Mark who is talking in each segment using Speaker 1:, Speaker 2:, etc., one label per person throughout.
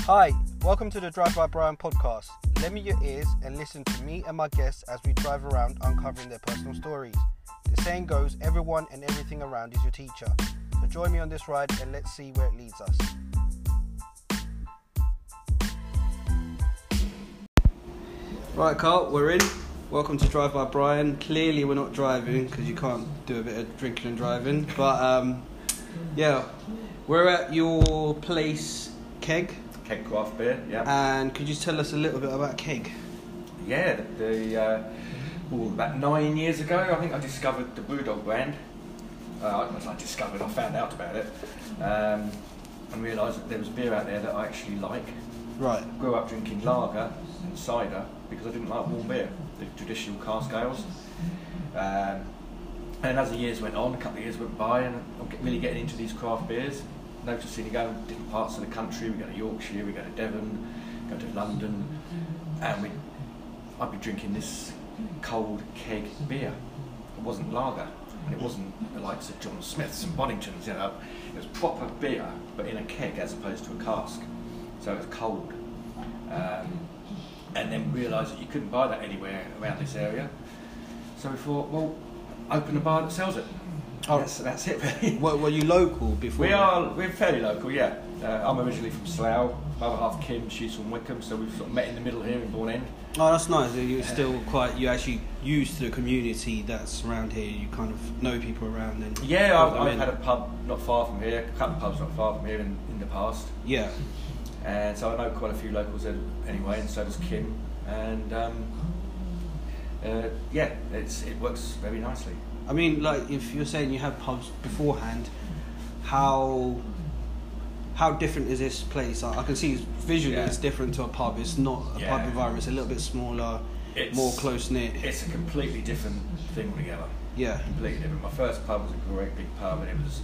Speaker 1: Hi, welcome to the Drive by Brian podcast. Lend me your ears and listen to me and my guests as we drive around uncovering their personal stories. The saying goes, everyone and everything around is your teacher. So join me on this ride and let's see where it leads us. Right, Carl, we're in. Welcome to Drive by Brian. Clearly, we're not driving because you can't do a bit of drinking and driving. But um, yeah, we're at your place, Keg.
Speaker 2: Keg craft beer, yeah.
Speaker 1: And could you tell us a little bit about keg?
Speaker 2: yeah, the uh, ooh, about nine years ago, I think I discovered the Brewdog brand. Uh, I, I discovered, I found out about it, um, and realised that there was beer out there that I actually like.
Speaker 1: Right.
Speaker 2: Grew up drinking lager and cider because I didn't like warm beer, the traditional cask ales. Um, and as the years went on, a couple of years went by, and I'm get- really getting into these craft beers. Noticing you go to different parts of the country. We go to Yorkshire, we go to Devon, go to London, and we, I'd be drinking this cold keg beer. It wasn't lager, and it wasn't the likes of John Smiths and Boningtons. You know, it was proper beer, but in a keg as opposed to a cask. So it was cold. Um, and then realised that you couldn't buy that anywhere around this area. So we thought, well, open a bar that sells it.
Speaker 1: Oh.
Speaker 2: That's, that's it, really.
Speaker 1: Were, were you local before?
Speaker 2: We are we're fairly local, yeah. Uh, I'm originally from Slough. My other half Kim, she's from Wickham, so we've sort of met in the middle here in Bourne End.
Speaker 1: Oh, that's nice. that You're still quite. You actually used to the community that's around here. You kind of know people around and.
Speaker 2: Yeah, I've,
Speaker 1: I
Speaker 2: I've
Speaker 1: mean,
Speaker 2: had a pub not far from here, a couple of pubs not far from here in, in the past,
Speaker 1: Yeah.
Speaker 2: and so I know quite a few locals there anyway, and so does Kim. And um, uh, yeah, it's it works very nicely.
Speaker 1: I mean, like if you're saying you had pubs beforehand, how how different is this place? I, I can see visually
Speaker 2: Yeah.
Speaker 1: it's different to a pub. It's not a
Speaker 2: Yeah.
Speaker 1: pub environment. It's a little bit smaller,
Speaker 2: It's-
Speaker 1: more close knit.
Speaker 2: It's a completely different thing altogether.
Speaker 1: Yeah.
Speaker 2: completely different. My first pub was a great big pub, and it was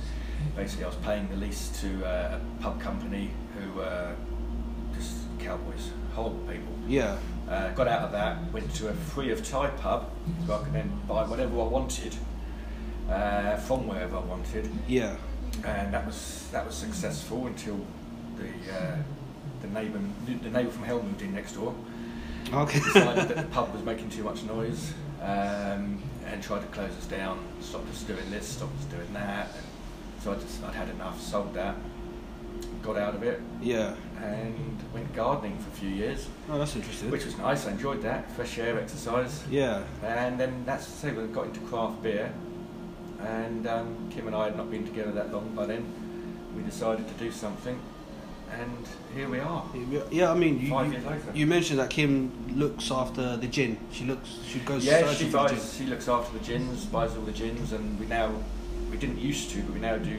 Speaker 2: basically I was paying the lease to uh, a pub company who were just cowboys, horrible people.
Speaker 1: Yeah.
Speaker 2: Uh, got out of that, went to a free of Thai pub where I could then buy whatever I wanted uh, from wherever I wanted,
Speaker 1: Yeah.
Speaker 2: and that was that was successful until the uh, the neighbour the neighbour from Hell moved in next door
Speaker 1: Okay.
Speaker 2: decided that the pub was making too much noise um, and tried to close us down, stopped us doing this, stopped us doing that. And so I just, I'd had enough, sold that, got out of it,
Speaker 1: yeah.
Speaker 2: and went gardening for a few years,
Speaker 1: Oh, that's interesting.
Speaker 2: which was nice. I enjoyed that, fresh air, exercise.
Speaker 1: yeah.
Speaker 2: And then that's to say, we got into craft beer, and um, Kim and I had not been together that long by then. We decided to do something, and here we are.
Speaker 1: Yeah, Yeah, I mean, you,
Speaker 2: Five
Speaker 1: you,
Speaker 2: years later.
Speaker 1: you mentioned that Kim looks after the gin. She looks, she goes.
Speaker 2: Yeah,
Speaker 1: searching
Speaker 2: she
Speaker 1: for the
Speaker 2: buys. She looks after the gins, buys all the gins, and we now we didn't used to, but we now do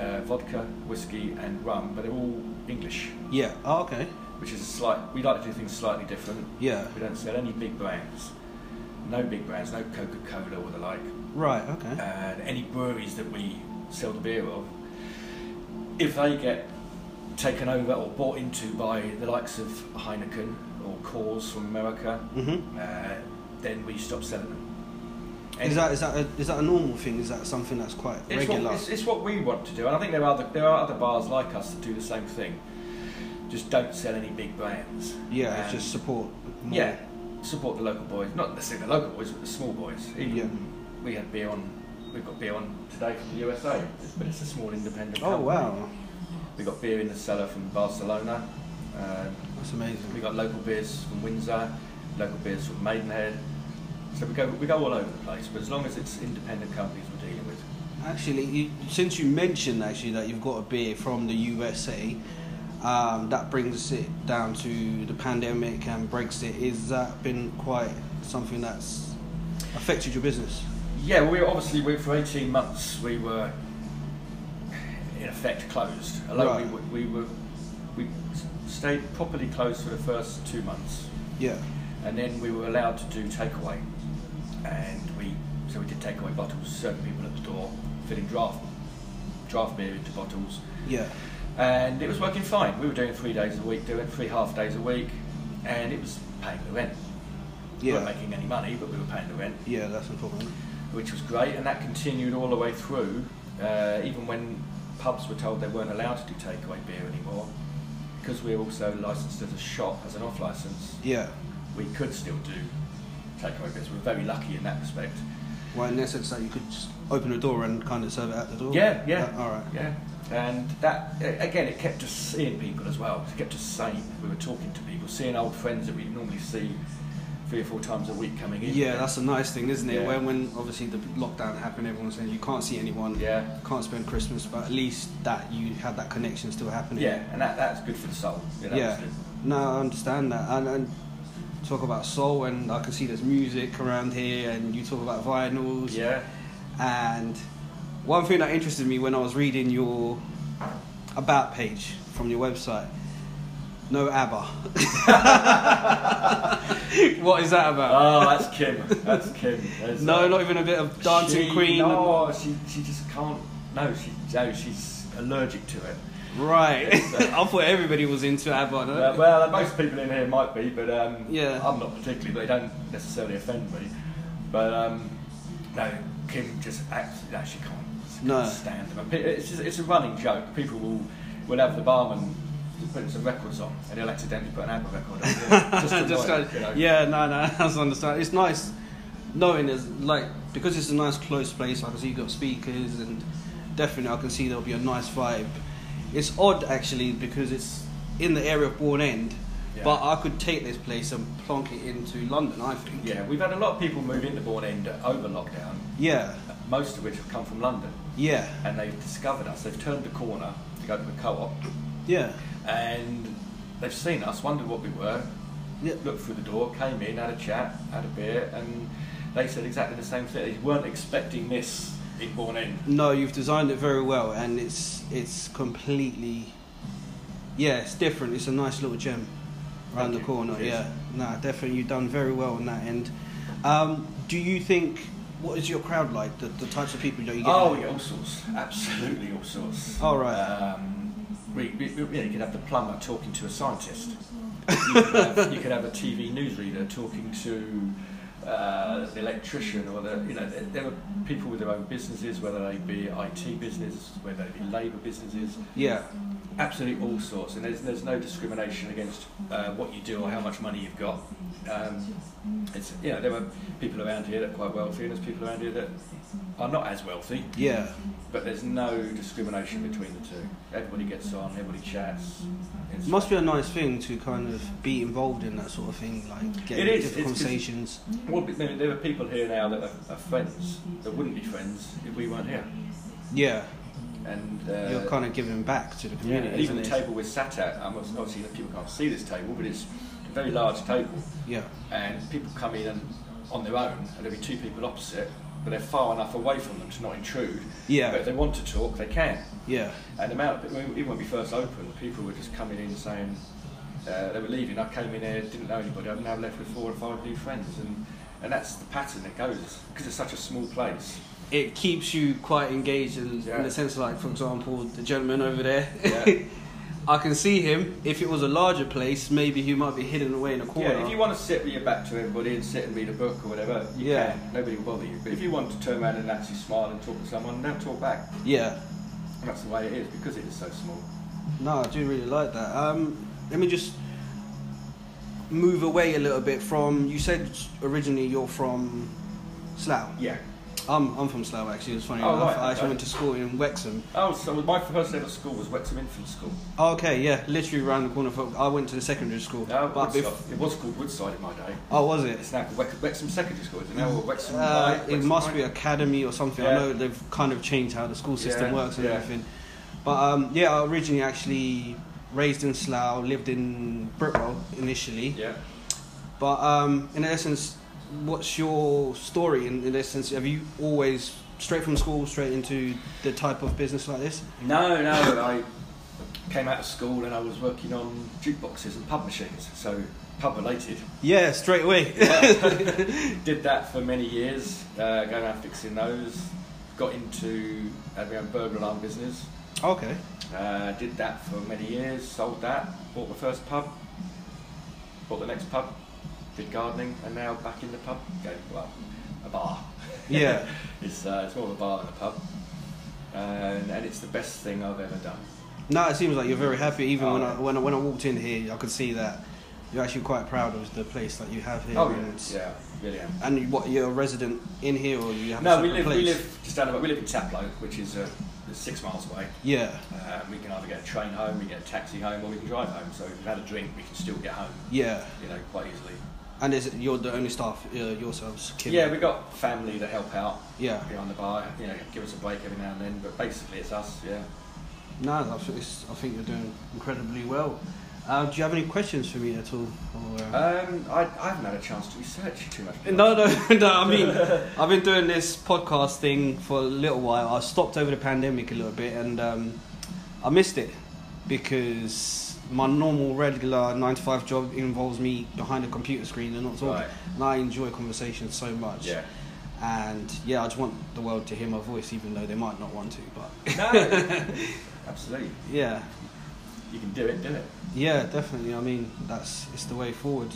Speaker 2: uh, vodka, whiskey, and rum, but they're all English,
Speaker 1: gin. Yeah. Oh, okay.
Speaker 2: which is a slight. We like to do things slightly different.
Speaker 1: Yeah.
Speaker 2: We don't sell any big brands, no big brands, no Coca Cola or the like.
Speaker 1: Right. Okay.
Speaker 2: And any breweries that we sell the beer of, if they get taken over or bought into by the likes of Heineken or Coors from America,
Speaker 1: Mm-hmm.
Speaker 2: uh, then we stop selling them.
Speaker 1: Is that is that a, is that a normal thing? Is that something that's quite
Speaker 2: it's
Speaker 1: regular?
Speaker 2: What, it's, it's what we want to do, and I think there are other, there are other bars like us that do the same thing. Just don't sell any big brands.
Speaker 1: yeah, it's
Speaker 2: Um,
Speaker 1: just support. more.
Speaker 2: yeah, support the local boys. Not necessarily the local boys, but the small boys. Even
Speaker 1: Yeah.
Speaker 2: we had beer on. We've got beer on today from the USA, but it's a small independent.
Speaker 1: Oh
Speaker 2: company.
Speaker 1: wow,
Speaker 2: We got beer in the cellar from Barcelona. Um,
Speaker 1: that's
Speaker 2: we
Speaker 1: amazing.
Speaker 2: got local beers from Windsor, local beers from Maidenhead. So we go we go all over the place, but as long as it's independent companies we're dealing with.
Speaker 1: Actually, you, since you mentioned actually that you've got a beer from the USA, um, that brings it down to the pandemic and Brexit. Is that been quite something that's affected your business?
Speaker 2: Yeah, well, we were obviously we, for eighteen months we were in effect closed. Although
Speaker 1: Right.
Speaker 2: we, were- we were we s- stayed properly closed for the first two months,
Speaker 1: Yeah.
Speaker 2: and then we were allowed to do takeaway, and we so we did takeaway bottles. Certain people at the door filling draft draft beer into bottles,
Speaker 1: Yeah.
Speaker 2: and it was working fine. We were doing three days a week, doing three half days a week, and it was paying the rent. We
Speaker 1: Yeah.
Speaker 2: weren't making any money, but we were paying the rent.
Speaker 1: Yeah, that's important.
Speaker 2: which was great, and that continued all the way through, uh, even when pubs were told they weren't allowed to do takeaway beer anymore. because we're also licensed as a shop, as an off license,
Speaker 3: Yeah.
Speaker 2: we could still do takeaway beers. We're very lucky in that respect.
Speaker 3: Well, in that sense, that you could just open the door and kind of serve it at the door.
Speaker 2: Yeah, yeah.
Speaker 3: all right.
Speaker 2: Yeah. And that, a- again, it kept us seeing people as well. It kept us sane. We were talking to people, seeing old friends that we normally see three or four times a week coming in.
Speaker 3: Yeah, that's a nice thing, isn't it?
Speaker 2: Yeah.
Speaker 3: When, when obviously the lockdown happened, everyone was saying you can't see anyone,
Speaker 2: Yeah.
Speaker 3: can't spend Christmas, but at least that you had that connection still happening.
Speaker 2: Yeah, and that, that's good for the soul. Yeah. that
Speaker 3: Yeah.
Speaker 2: was good.
Speaker 3: No, I understand that. And, and talk about soul, and I can see there's music around here, and you talk about vinyls.
Speaker 2: Yeah.
Speaker 3: And one thing that interested me when I was reading your about page from your website, no ABBA. what is that about?
Speaker 2: Oh, that's Kim. That's Kim. There's,
Speaker 3: Uh, no,
Speaker 2: uh,
Speaker 3: not even a bit of Dancing
Speaker 2: she-
Speaker 3: Queen.
Speaker 2: No, she, she just can't. No, she, no, she's allergic to it.
Speaker 3: Right.
Speaker 2: It's, uh,
Speaker 3: I thought everybody was into ABBA. No?
Speaker 2: Well, well, most people in here might be, but um,
Speaker 3: Yeah.
Speaker 2: I'm not particularly. They don't necessarily offend me. But um, no, Kim just absolutely no, she can't, she
Speaker 3: No.
Speaker 2: can't stand them. Pe- It's, just, it's a running joke. People will will have the barman putting some records on, and he'll accidentally put an ABBA record on. just to
Speaker 3: Just
Speaker 2: annoy
Speaker 3: go-
Speaker 2: you know.
Speaker 3: Yeah, no, no, that's understand. It's nice knowing there's like because it's a nice close place. I can see you've got speakers, and definitely I can see there'll be a nice vibe. It's odd actually because it's in the area of Bourne End,
Speaker 2: Yeah.
Speaker 3: but I could take this place and plonk it into London. I think.
Speaker 2: Yeah, we've had a lot of people move into Bourne End over lockdown,
Speaker 3: Yeah.
Speaker 2: most of which have come from London,
Speaker 3: Yeah.
Speaker 2: and they've discovered us. They've turned the corner to go to the co-op,
Speaker 3: Yeah.
Speaker 2: and they've seen us, wondered what we were,
Speaker 3: Yeah.
Speaker 2: looked through the door, came in, had a chat, had a beer, and they said exactly the same thing. They weren't expecting this in Bourne End.
Speaker 3: No, you've designed it very well, and it's it's completely. Yeah, it's different. It's a nice little gem around
Speaker 2: Thank
Speaker 3: the
Speaker 2: you.
Speaker 3: corner.
Speaker 2: Cheers.
Speaker 3: Yeah, nah, definitely. You've done very well on that end. Um, do you think what is your crowd like? The, the types of people that you get.
Speaker 2: Oh, yeah, all sorts. Absolutely all sorts.
Speaker 3: All right.
Speaker 2: Um, we, we, we, yeah, you could have the plumber talking to a scientist. You could have, you could have a TV newsreader talking to uh, the electrician, or the you know there, there are people with their own businesses, whether they be IT business, whether they be labour businesses.
Speaker 3: yeah,
Speaker 2: Absolutely, all sorts, and there's, there's no discrimination against uh, what you do or how much money you've got. Um, it's you know there are people around here that are quite wealthy, and there's people around here that are not as wealthy,
Speaker 3: yeah.
Speaker 2: but there's no discrimination between the two. Everybody gets on, everybody chats. It's,
Speaker 3: Must be a nice thing to kind of be involved in that sort of thing, like get
Speaker 2: It is,
Speaker 3: different
Speaker 2: it's- it's-
Speaker 3: conversations.
Speaker 2: well, but there there are people here now that are, are friends that wouldn't be friends if we weren't here,
Speaker 3: yeah,
Speaker 2: and
Speaker 3: you're
Speaker 2: uh,
Speaker 3: kind of giving back to the
Speaker 2: yeah, even
Speaker 3: community, isn't
Speaker 2: the
Speaker 3: it?
Speaker 2: table we're sat at. um, Obviously, people can't see this table, but it's a very large table.
Speaker 3: yeah,
Speaker 2: and people come in and on their own, and there'll be two people opposite, but they're far enough away from them to not intrude.
Speaker 3: Yeah.
Speaker 2: But if they want to talk, they can.
Speaker 3: yeah,
Speaker 2: And the amount, of, when- even when we first opened, people were just coming in saying uh, they were leaving. I came in here, didn't know anybody. I've now left with four or five new friends, and and that's the pattern that goes because it's such a small place.
Speaker 3: it keeps you quite engaged in, in
Speaker 2: Yeah.
Speaker 3: the sense like for example the gentleman over there
Speaker 2: Yeah.
Speaker 3: i can see him if it was a larger place maybe he might be hidden away in a corner
Speaker 2: Yeah, if you want to sit with your back to everybody and sit and read a book or whatever, you
Speaker 3: Yeah.
Speaker 2: can. Nobody will bother you. But if you want to turn around and actually smile and talk to someone, they'll talk back.
Speaker 3: Yeah.
Speaker 2: And that's the way it is because it is so small.
Speaker 3: no i do really like that um, let me just move away a little bit from you said originally you're from slough
Speaker 2: Yeah.
Speaker 3: i'm, I'm from slough actually it's funny
Speaker 2: Oh,
Speaker 3: enough
Speaker 2: right,
Speaker 3: i actually
Speaker 2: okay.
Speaker 3: went to school in wexham
Speaker 2: Oh, so my first ever school was Wexham Infant School.
Speaker 3: okay yeah literally around the corner from, i went to the secondary school
Speaker 2: No,
Speaker 3: but
Speaker 2: Woodside.
Speaker 3: bef-
Speaker 2: it was called Woodside in my day.
Speaker 3: oh was it
Speaker 2: It's now called Wex- Wexham Secondary School, is it now? Or Wexham
Speaker 3: Uh,
Speaker 2: High?
Speaker 3: it
Speaker 2: Wexham
Speaker 3: must
Speaker 2: High?
Speaker 3: be academy or something. I
Speaker 2: Yeah.
Speaker 3: know they've kind of changed how the school system
Speaker 2: Yeah,
Speaker 3: works and
Speaker 2: yeah.
Speaker 3: everything. But um, yeah, I originally actually raised in Slough, lived in Brickwell initially.
Speaker 2: Yeah.
Speaker 3: But um, in essence, what's your story? In, in essence, have you always straight from school straight into the type of business like this?
Speaker 2: No, no, I came out of school and I was working on jukeboxes and pub machines, so pub related.
Speaker 3: Yeah, straight away.
Speaker 2: Did that for many years, uh, going out fixing those. Got into, had my own burglar alarm business.
Speaker 3: okay.
Speaker 2: Uh, did that for many years, sold that, bought the first pub, bought the next pub, did gardening, and now back in the pub game. Well, a bar.
Speaker 3: Yeah.
Speaker 2: it's, uh, it's more of a bar than a pub. And, and it's the best thing I've ever done.
Speaker 3: No, it seems like you're very happy. Even
Speaker 2: Oh,
Speaker 3: when
Speaker 2: yeah.
Speaker 3: I when I, when I walked in here, I could see that you're actually quite proud of the place that you have here.
Speaker 2: Oh
Speaker 3: and
Speaker 2: yeah,
Speaker 3: it's-
Speaker 2: yeah, really am.
Speaker 3: And you- what you're a resident in here, or you have a
Speaker 2: No, we
Speaker 3: separate
Speaker 2: live
Speaker 3: place?
Speaker 2: we live just down about. We live in Taplow, which is uh, six miles away.
Speaker 3: Yeah,
Speaker 2: Uh, we can either get a train home, we get a taxi home, or we can drive home. So if we've had a drink, we can still get home,
Speaker 3: yeah.
Speaker 2: you know, quite easily.
Speaker 3: And is it, you're the only staff uh, yourselves? Kim?
Speaker 2: Yeah, we've got family that help out
Speaker 3: yeah.
Speaker 2: behind the bar, you know, give us a break every now and then. But basically, it's us. Yeah.
Speaker 3: No, I think, it's, I think you're doing incredibly well. Uh, do you have any questions for me at all? Or, uh,
Speaker 2: Um, I, I haven't had a chance to research too much.
Speaker 3: No, no, no. I mean, I've been doing this podcast thing for a little while. I stopped over the pandemic a little bit, and um, I missed it because my normal, regular nine to five job involves me behind a computer screen and not talking.
Speaker 2: Right.
Speaker 3: And I enjoy conversation so much.
Speaker 2: Yeah.
Speaker 3: And yeah, I just want the world to hear my voice, even though they might not want to. But
Speaker 2: No. Absolutely.
Speaker 3: yeah,
Speaker 2: You can do it. Do it.
Speaker 3: yeah, definitely. I mean, that's it's the way forward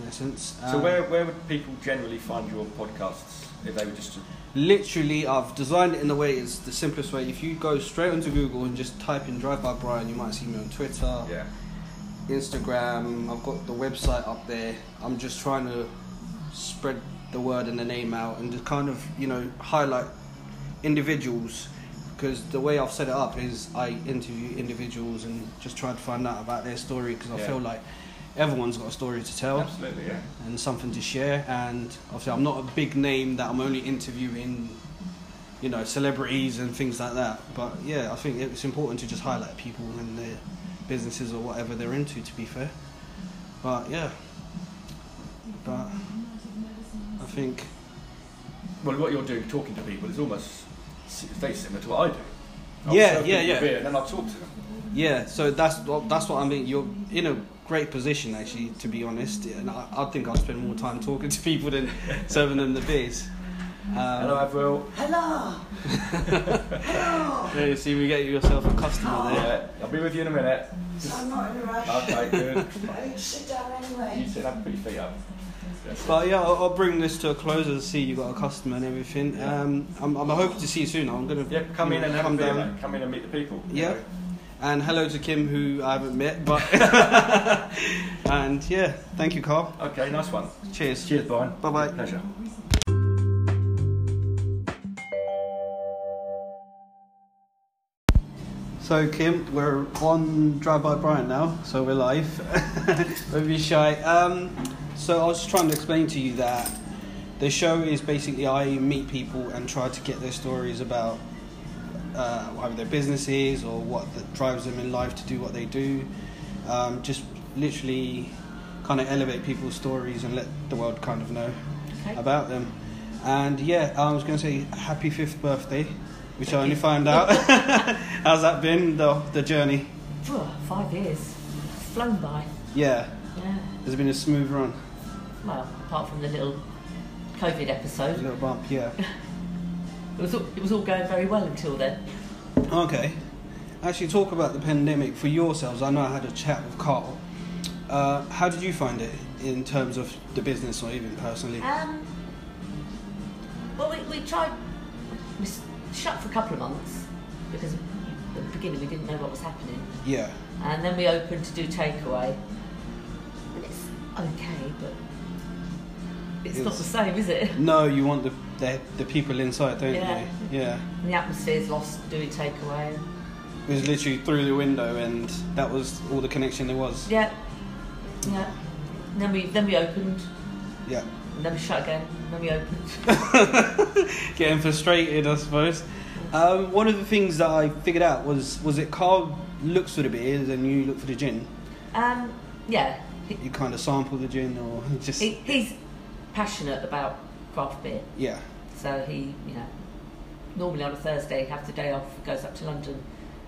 Speaker 3: in essence.
Speaker 2: So
Speaker 3: Um,
Speaker 2: where where would people generally find your podcasts if they were just to,
Speaker 3: Literally, I've designed it in a way it's the simplest way. If you go straight onto Google and just type in Drive by Brian, you might see me on Twitter,
Speaker 2: yeah
Speaker 3: Instagram. I've got the website up there. I'm just trying to spread the word and the name out and to kind of, you know, highlight individuals because the way I've set it up is I interview individuals and just try to find out about their story because I
Speaker 2: Yeah.
Speaker 3: feel like everyone's got a story to tell
Speaker 2: absolutely yeah
Speaker 3: and something to share. And obviously, I'm not a big name that I'm only interviewing, you know, celebrities and things like that. But yeah, I think it's important to just highlight people and their businesses or whatever they're into. To be fair, but yeah, but I think
Speaker 2: well what you're doing talking to people is almost s- very similar to what I do I'll
Speaker 3: Yeah,
Speaker 2: serve
Speaker 3: yeah,
Speaker 2: people a
Speaker 3: yeah.
Speaker 2: beer and then I'll talk to them
Speaker 3: yeah. So that's what that's what I mean. You're in a great position actually, to be honest. And I, I think I'll spend more time talking to people than serving them the beers. Um,
Speaker 2: hello Avril
Speaker 4: Hello. Hello.
Speaker 3: There you see, we get yourself a
Speaker 2: Oh,
Speaker 3: customer there.
Speaker 2: yeah I'll be with you in a minute
Speaker 4: I'm not in a rush.
Speaker 2: okay good
Speaker 4: Why don't you sit down
Speaker 2: you
Speaker 4: anyway?
Speaker 2: said I'd put your feet up That's it.
Speaker 3: But yeah, I'll, I'll bring this to a close and see you got a customer and everything. Um, I'm, I'm hoping to see you soon. I'm gonna
Speaker 2: yeah come in and have
Speaker 3: come
Speaker 2: a beer
Speaker 3: down.
Speaker 2: mate. come in and meet the people you
Speaker 3: Yeah.
Speaker 2: know.
Speaker 3: And hello to Kim, who I haven't met, but and yeah, thank you, Carl.
Speaker 2: okay nice one
Speaker 3: Cheers.
Speaker 2: cheers Brian
Speaker 3: Bye bye.
Speaker 2: pleasure
Speaker 3: So Kim, we're on Drive by Brian now, so we're live. Don't be shy. Um, so I was just trying to explain to you that the show is basically I meet people and try to get their stories about uh, either their businesses or what that drives them in life to do what they do. Um, just literally kind of elevate people's stories and let the world kind of know about them. And yeah, I was going to say happy fifth birthday, which I only found out. How's that been, the, the journey?
Speaker 5: Phew, five years. It's flown by.
Speaker 3: Yeah,
Speaker 5: Yeah.
Speaker 3: has it been a smooth run?
Speaker 5: Well, apart from the little COVID
Speaker 3: A
Speaker 5: episode,
Speaker 3: little bump, yeah.
Speaker 5: it was all, it was all going very well until then.
Speaker 3: Okay. Actually, talk about the pandemic for yourselves. I know I had a chat with Carl. Uh, how did you find it in terms of the business or even personally?
Speaker 5: Um, well, we, we tried. We s- shut for a couple of months because at the beginning we didn't know what was happening,
Speaker 3: Yeah,
Speaker 5: and then we opened to do takeaway, and it's okay, but it's, not
Speaker 3: It's-
Speaker 5: the same, is it?
Speaker 3: No, you want the the, the people inside, don't
Speaker 5: Yeah.
Speaker 3: you? Yeah.
Speaker 5: And the atmosphere's lost doing takeaway.
Speaker 3: It was literally through the window, and that was all the connection there was.
Speaker 5: Yeah, yeah. And then we then we opened.
Speaker 3: Yeah.
Speaker 5: And then we shut again, and then we opened.
Speaker 3: Getting frustrated, I suppose. Um, one of the things that I figured out was was it Carl looks for the beers and you look for the gin.
Speaker 5: Um, yeah, he,
Speaker 3: You kind of sample the gin or just
Speaker 5: he, he's passionate about craft beer,
Speaker 3: yeah,
Speaker 5: so he, you know, normally on a Thursday, he has the day off, goes up to London,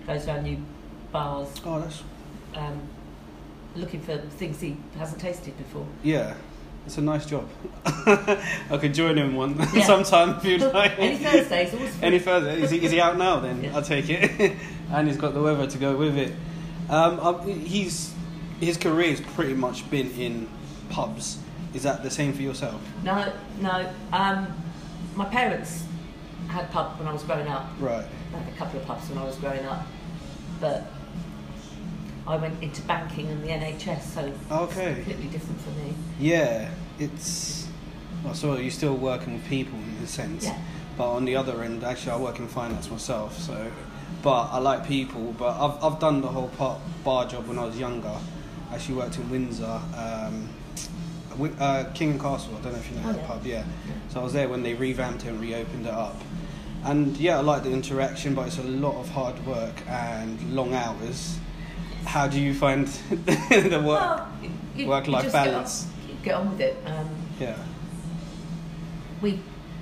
Speaker 5: goes around new bars,
Speaker 3: oh that's
Speaker 5: um, looking for things he hasn't tasted before.
Speaker 3: yeah, it's a nice job. I could join him one
Speaker 5: Yeah.
Speaker 3: sometime if you'd like.
Speaker 5: Any Thursdays, always free.
Speaker 3: Any further? Is he, is he out now then?
Speaker 5: Yeah.
Speaker 3: I'll take it. and he's got the weather to go with it. Um, um, he's, his career's pretty much been in pubs. Is that the same for yourself?
Speaker 5: No, no. Um, my parents had pub when I was growing up.
Speaker 3: Right.
Speaker 5: I had a couple of pubs when I was growing up, but I went into banking and the NHS, so
Speaker 3: Okay.
Speaker 5: completely different for me.
Speaker 3: Yeah, it's. Well, so you're still working with people in a sense.
Speaker 5: Yeah.
Speaker 3: But on the other end, actually, I work in finance myself, so. But I like people, but I've, I've done the whole part, bar job when I was younger. I actually worked in Windsor, um, Wi- uh, King and Castle, I don't know if you know
Speaker 5: Oh,
Speaker 3: that
Speaker 5: yeah.
Speaker 3: pub, yeah. So I was there when they revamped it and reopened it up. And yeah, I like the interaction, but it's a lot of hard work and long hours. How do you find the work?
Speaker 5: Well, you- you
Speaker 3: work-life
Speaker 5: just get on-
Speaker 3: balance.
Speaker 5: you Get on with it. Um,
Speaker 3: Yeah.
Speaker 5: we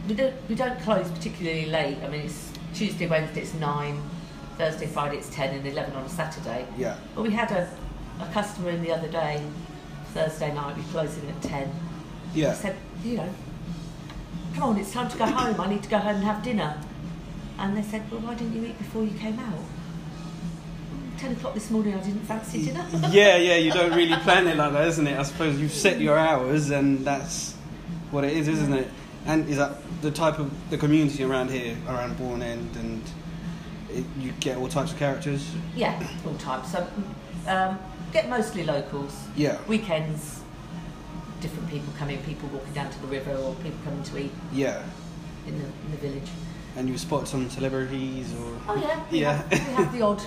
Speaker 5: we don't we don't close particularly late. I mean, it's Tuesday, Wednesday, it's nine. Thursday, Friday, it's ten, and eleven on a Saturday.
Speaker 3: Yeah.
Speaker 5: But we had a, a customer in the other day, Thursday night. We closing at ten.
Speaker 3: Yeah.
Speaker 5: I said, you know, come on, it's time to go home. I need to go home and have dinner. And they said, well, why didn't you eat before you came out? "Mm, Ten o'clock this morning, I didn't fancy dinner.
Speaker 3: yeah, yeah, you don't really plan it like that, isn't it? I suppose you've set your hours and that's what it is, isn't it? And is that the type of the community around here, around Bourne End, and it, you get all types of characters?
Speaker 5: Yeah, all time. So um, get mostly locals.
Speaker 3: Yeah.
Speaker 5: Weekends, different people come in, people walking down to the river or people coming to eat
Speaker 3: Yeah.
Speaker 5: in the, in the village.
Speaker 3: And you spot some celebrities or.
Speaker 5: Oh yeah, we,
Speaker 3: yeah.
Speaker 5: have, we have the odd,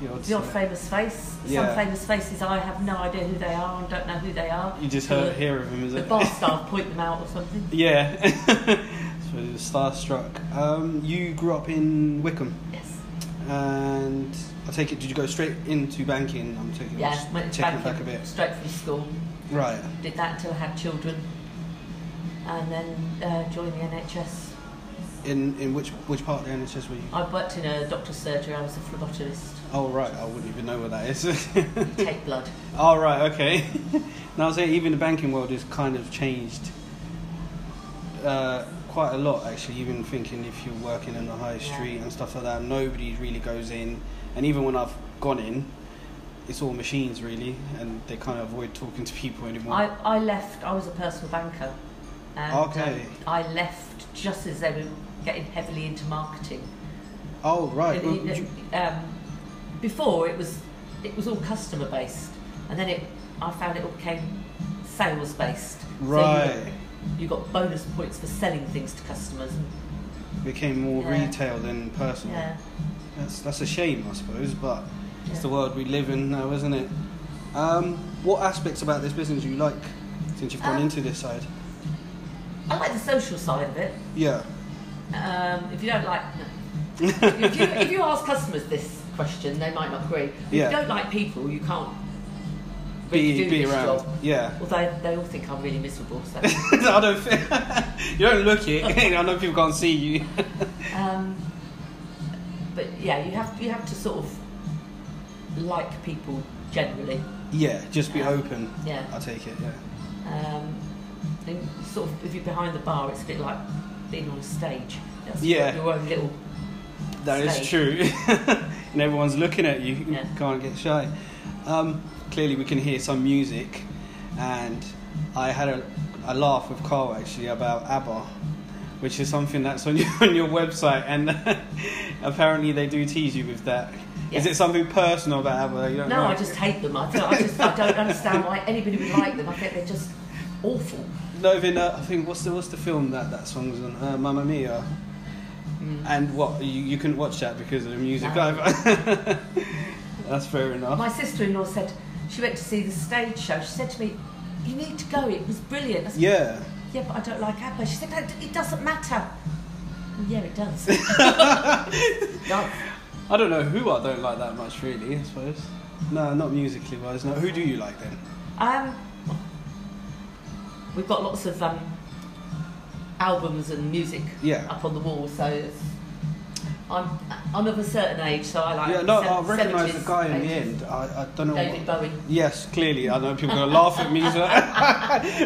Speaker 3: The odd
Speaker 5: the odd
Speaker 3: celeb-
Speaker 5: famous face.
Speaker 3: Yeah.
Speaker 5: Some famous faces I have no idea who they are and don't know who they are.
Speaker 3: You just
Speaker 5: So
Speaker 3: heard,
Speaker 5: the-
Speaker 3: hear of them, is
Speaker 5: The
Speaker 3: it?
Speaker 5: bar staff point them out or something.
Speaker 3: yeah. so you're starstruck. Um, you grew up in Wickham,
Speaker 5: Yes.
Speaker 3: and I take it, did you go straight into banking? I'm taking
Speaker 5: Yeah, went into
Speaker 3: checking back a
Speaker 5: banking
Speaker 3: bit.
Speaker 5: straight from school.
Speaker 3: Right.
Speaker 5: Did that until I had children, and then uh, joined the NHS.
Speaker 3: In in which which part of the NHS were you?
Speaker 5: I worked in a doctor's surgery. I was a phlebotomist.
Speaker 3: Oh right, I wouldn't even know what that is.
Speaker 5: You take blood.
Speaker 3: oh right, okay. now I say even the banking world has kind of changed uh, quite a lot actually. Even thinking if you're working in the high
Speaker 5: Yeah.
Speaker 3: street and stuff like that, nobody really goes in. And even when I've gone in, it's all machines really, and they kind of avoid talking to people anymore.
Speaker 5: I, I left. I was a personal banker. And,
Speaker 3: Okay.
Speaker 5: um, I left just as they were getting heavily into marketing.
Speaker 3: oh right.
Speaker 5: It-
Speaker 3: Well,
Speaker 5: it-
Speaker 3: would you-
Speaker 5: um, before it was it was all customer based, and then it I found it all became sales based.
Speaker 3: Right.
Speaker 5: you got bonus points for selling things to customers. and-
Speaker 3: Mm. became more
Speaker 5: Yeah.
Speaker 3: retail than personal.
Speaker 5: Yeah.
Speaker 3: That's that's a shame, I suppose, but it's
Speaker 5: Yeah.
Speaker 3: the world we live in now, isn't it? Um, what aspects about this business do you like since you've gone
Speaker 5: Um,
Speaker 3: into this side?
Speaker 5: I like the social side of it.
Speaker 3: Yeah.
Speaker 5: Um, if you don't like, if you, if you ask customers this question, they might not agree. If
Speaker 3: Yeah.
Speaker 5: you don't like people, you can't really
Speaker 3: Be,
Speaker 5: do
Speaker 3: be
Speaker 5: this
Speaker 3: around.
Speaker 5: job.
Speaker 3: Yeah.
Speaker 5: Although they all think I'm really miserable. So,
Speaker 3: I don't feel, you don't look it. I know people can't see you.
Speaker 5: um, but yeah, you have you have to sort of like people generally.
Speaker 3: yeah, just be
Speaker 5: Yeah.
Speaker 3: open.
Speaker 5: Yeah.
Speaker 3: I take it, yeah.
Speaker 5: Um, and sort of if you're behind the bar, it's a bit like being on a stage. That's
Speaker 3: Yeah.
Speaker 5: Your own little.
Speaker 3: That is
Speaker 5: Stay.
Speaker 3: true. and everyone's looking at you. You
Speaker 5: Yeah.
Speaker 3: can't get shy. Um, clearly, we can hear some music, and I had a, a laugh with Carl actually about ABBA, which is something that's on your, on your website, and apparently they do tease you with that. Is
Speaker 5: Yes.
Speaker 3: it something personal about ABBA? You don't
Speaker 5: No, I
Speaker 3: like?
Speaker 5: just hate them. I, don't- I just I don't understand why anybody would like them. I think they're just awful.
Speaker 3: No, then, uh, I think what's the what's the film that that song's on? Uh, Mamma Mia. And what you you couldn't watch that because of the music.
Speaker 5: No.
Speaker 3: either. That's fair enough.
Speaker 5: My sister in law said she went to see the stage show. She said to me, You need to go, it was brilliant. I said,
Speaker 3: Yeah.
Speaker 5: yeah, but I don't like ABBA. She said, "No, It doesn't matter. Well, yeah, it does. does.
Speaker 3: I don't know who I don't like that much, really, I suppose. No, not musically wise. No. Who do you like then?
Speaker 5: Um, we've got lots of um, albums and music
Speaker 3: Yeah.
Speaker 5: up on the wall, so it's, I'm, I'm of a certain age, so I like
Speaker 3: yeah, no,
Speaker 5: se-
Speaker 3: I recognise
Speaker 5: 70s,
Speaker 3: the guy in the
Speaker 5: 80s.
Speaker 3: end. I, I don't know.
Speaker 5: David
Speaker 3: what...
Speaker 5: Bowie.
Speaker 3: Yes, clearly. I know people are going to laugh at me. So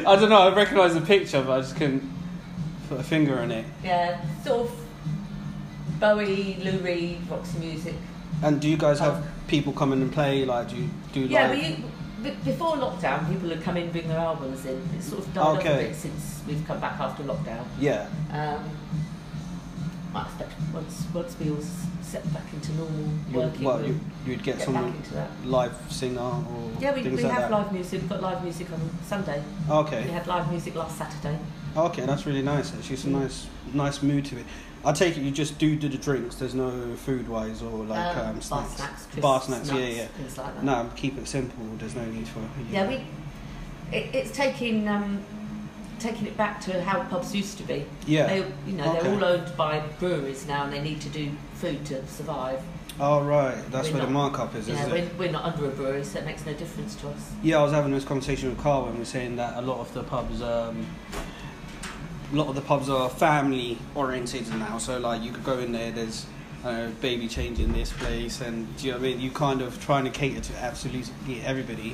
Speaker 3: I don't know. I recognise the picture, but I just couldn't put a finger on it.
Speaker 5: Yeah, sort of Bowie, Lou Reed, Roxy Music.
Speaker 3: And do you guys have people come in and play? Like, do you do
Speaker 5: Oh. Yeah,
Speaker 3: like?
Speaker 5: we, b- before lockdown, people would come in and bring their albums in. It's sort of died off
Speaker 3: Okay.
Speaker 5: a bit since we've come back after lockdown.
Speaker 3: Yeah.
Speaker 5: Um, I expect once, once we all s- set back into normal
Speaker 3: Well,
Speaker 5: working.
Speaker 3: well you,
Speaker 5: and
Speaker 3: you'd get,
Speaker 5: get back
Speaker 3: some
Speaker 5: into that.
Speaker 3: live singer or
Speaker 5: Yeah, we,
Speaker 3: things
Speaker 5: we
Speaker 3: like
Speaker 5: have
Speaker 3: that.
Speaker 5: live music. We've got live music on Sunday. We
Speaker 3: Okay,
Speaker 5: had live music last Saturday.
Speaker 3: okay, that's really nice. Actually, some nice, nice mood to it. I take it you just do do the drinks. There's no food wise or like um,
Speaker 5: bar
Speaker 3: snacks.
Speaker 5: snacks, crisps,
Speaker 3: bar snacks. Yeah,
Speaker 5: nuts,
Speaker 3: yeah.
Speaker 5: things like that.
Speaker 3: No, keep it simple. There's no need for.
Speaker 5: Yeah, we. It, it's taking um, taking it back to how pubs used to be.
Speaker 3: Yeah.
Speaker 5: They, you know,
Speaker 3: Okay.
Speaker 5: they're all owned by breweries now, and they need to do food to survive.
Speaker 3: Oh right, that's
Speaker 5: We're
Speaker 3: where the
Speaker 5: not-
Speaker 3: markup is,
Speaker 5: yeah,
Speaker 3: isn't
Speaker 5: we're,
Speaker 3: it?
Speaker 5: we're not under a brewery, so it makes no difference to us.
Speaker 3: Yeah, I was having this conversation with Carl when we were saying that a lot of the pubs, um, a lot of the pubs are family oriented now. So like, you could go in there. There's uh, baby change in this place, and do you know what I mean? You kind of trying to cater to absolutely everybody,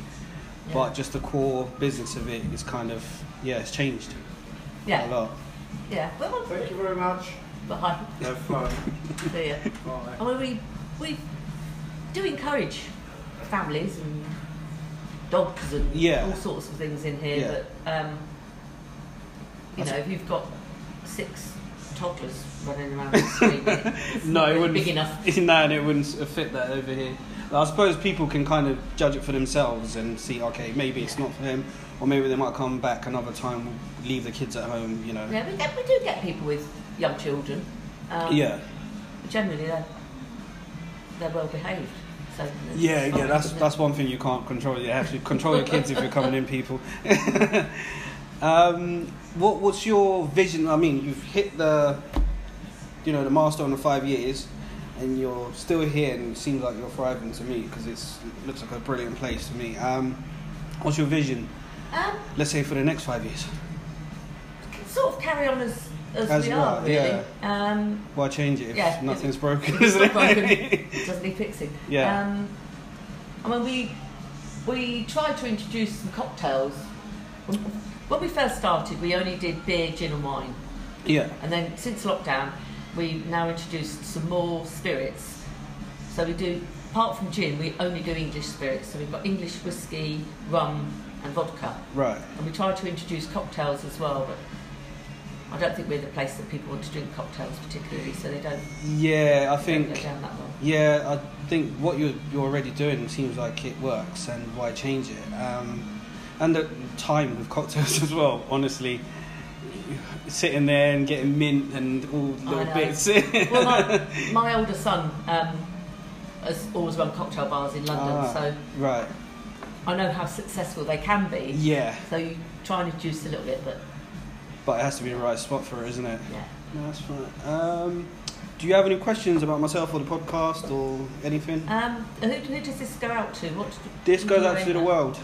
Speaker 5: Yeah.
Speaker 3: but just the core business of it is kind of yeah, it's changed a
Speaker 5: Yeah,
Speaker 3: lot.
Speaker 5: yeah. Well,
Speaker 6: Thank you very much.
Speaker 5: behind
Speaker 6: Have fun.
Speaker 5: the.
Speaker 6: Bye.
Speaker 5: I mean, we we do encourage families and dogs and
Speaker 3: Yeah.
Speaker 5: all sorts of things in here.
Speaker 3: Yeah.
Speaker 5: But um, you
Speaker 3: That's-
Speaker 5: know, if you've got six toddlers running around the street, it's
Speaker 3: No,
Speaker 5: not
Speaker 3: it
Speaker 5: really
Speaker 3: wouldn't.
Speaker 5: big enough.
Speaker 3: no, and it wouldn't s- fit that over here. I suppose people can kind of judge it for themselves and see, okay, maybe it's not for them, or maybe they might come back another time, leave the kids at home, you know.
Speaker 5: Yeah, we, get, we do get people with young children. Um,
Speaker 3: Yeah,
Speaker 5: Generally, they're, they're well behaved. So
Speaker 3: yeah,
Speaker 5: it's
Speaker 3: yeah.
Speaker 5: fine,
Speaker 3: That's
Speaker 5: isn't it?
Speaker 3: that's one thing you can't control. You have to control your kids if you're coming in, people. um, what what's your vision? I mean, you've hit the, you know, the milestone of five years, and you're still here, and it seems like you're thriving to me because it's it looks like a brilliant place to me. Um, what's your vision?
Speaker 5: Um,
Speaker 3: Let's say for the next five years.
Speaker 5: can sort of carry on as, as,
Speaker 3: As
Speaker 5: we
Speaker 3: you
Speaker 5: are,
Speaker 3: are,
Speaker 5: really.
Speaker 3: yeah.
Speaker 5: Um,
Speaker 3: Why change it if
Speaker 5: Yeah.
Speaker 3: nothing's broken?
Speaker 5: It's
Speaker 3: isn't
Speaker 5: not
Speaker 3: it?
Speaker 5: broken. It doesn't need fixing.
Speaker 3: Yeah.
Speaker 5: Um, I mean, we we tried to introduce some cocktails. When we first started, we only did beer, gin, and wine,
Speaker 3: yeah.
Speaker 5: and then since lockdown, we now introduced some more spirits. So we do, apart from gin, we only do English spirits. So we've got English whiskey, rum, and vodka,
Speaker 3: Right.
Speaker 5: and we try to introduce cocktails as well. But I don't think we're the place that people want to drink cocktails particularly, so they don't,
Speaker 3: Yeah, I
Speaker 5: they don't
Speaker 3: think.
Speaker 5: go down that well.
Speaker 3: Yeah, I think what you're, you're already doing seems like it works, and why change it? Um, and the time with cocktails as well, honestly. Sitting there and getting mint and all the
Speaker 5: I
Speaker 3: little
Speaker 5: know.
Speaker 3: bits.
Speaker 5: well, my, my older son um, has always run cocktail bars in London,
Speaker 3: Ah,
Speaker 5: so
Speaker 3: Right.
Speaker 5: I know how successful they can be.
Speaker 3: Yeah,
Speaker 5: So you try and reduce a little bit, but
Speaker 3: but it has to be the right spot for it, isn't it?
Speaker 5: yeah.
Speaker 3: No, that's right. Um, do you have any questions about myself or the podcast or anything?
Speaker 5: Um, who, who does this go out to? What?
Speaker 3: This goes out
Speaker 5: who-
Speaker 3: to the world,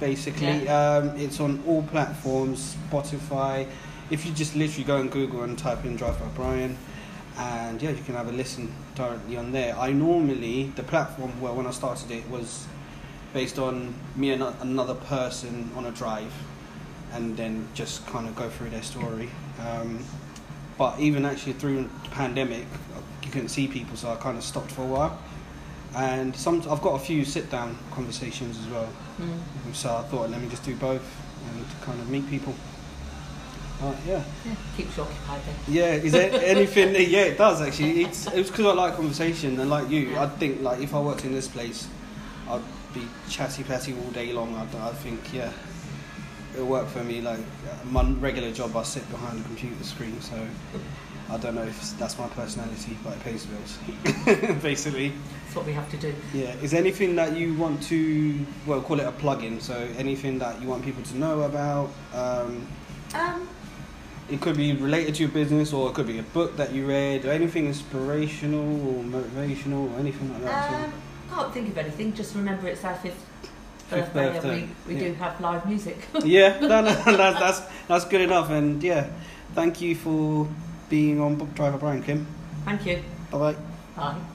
Speaker 3: basically. Um, it's on all platforms, Spotify. If you just literally go on Google and type in Drive by Brian, and yeah, you can have a listen directly on there. I normally, the platform where when I started it was based on me and a- another person on a drive, and then just kind of go through their story. Um, but even actually through the pandemic, you couldn't see people, so I kind of stopped for a while. And some, I've got a few sit-down conversations as well,
Speaker 5: Mm.
Speaker 3: so I thought let me just do both and kind of meet people. Uh, yeah,
Speaker 5: Yeah, keeps you occupied then.
Speaker 3: yeah. Is there anything? that- yeah, it does actually. It's it's because I like conversation and like you, I think like if I worked in this place, I'd be chatty patty all day long. I, I think yeah, it'll work for me. Like my regular job, I sit behind a computer screen, so I don't know if that's my personality, but it pays the bills, basically.
Speaker 5: That's what we have to do.
Speaker 3: Yeah, is there anything that you want to, well, call it a plug-in? So anything that you want people to know about? Um,
Speaker 5: Um,
Speaker 3: it could be related to your business, or it could be a book that you read, or anything inspirational or motivational, or anything like that.
Speaker 5: um, can't think of anything. Just remember it's our fifth.
Speaker 3: Fifth birthday,
Speaker 5: and we, we
Speaker 3: yeah.
Speaker 5: do have live music.
Speaker 3: So- yeah, no, no, that's that's that's good enough. And yeah, thank you for being on Book Driver Brian Kim.
Speaker 5: Thank you.
Speaker 3: Bye bye.
Speaker 5: Bye.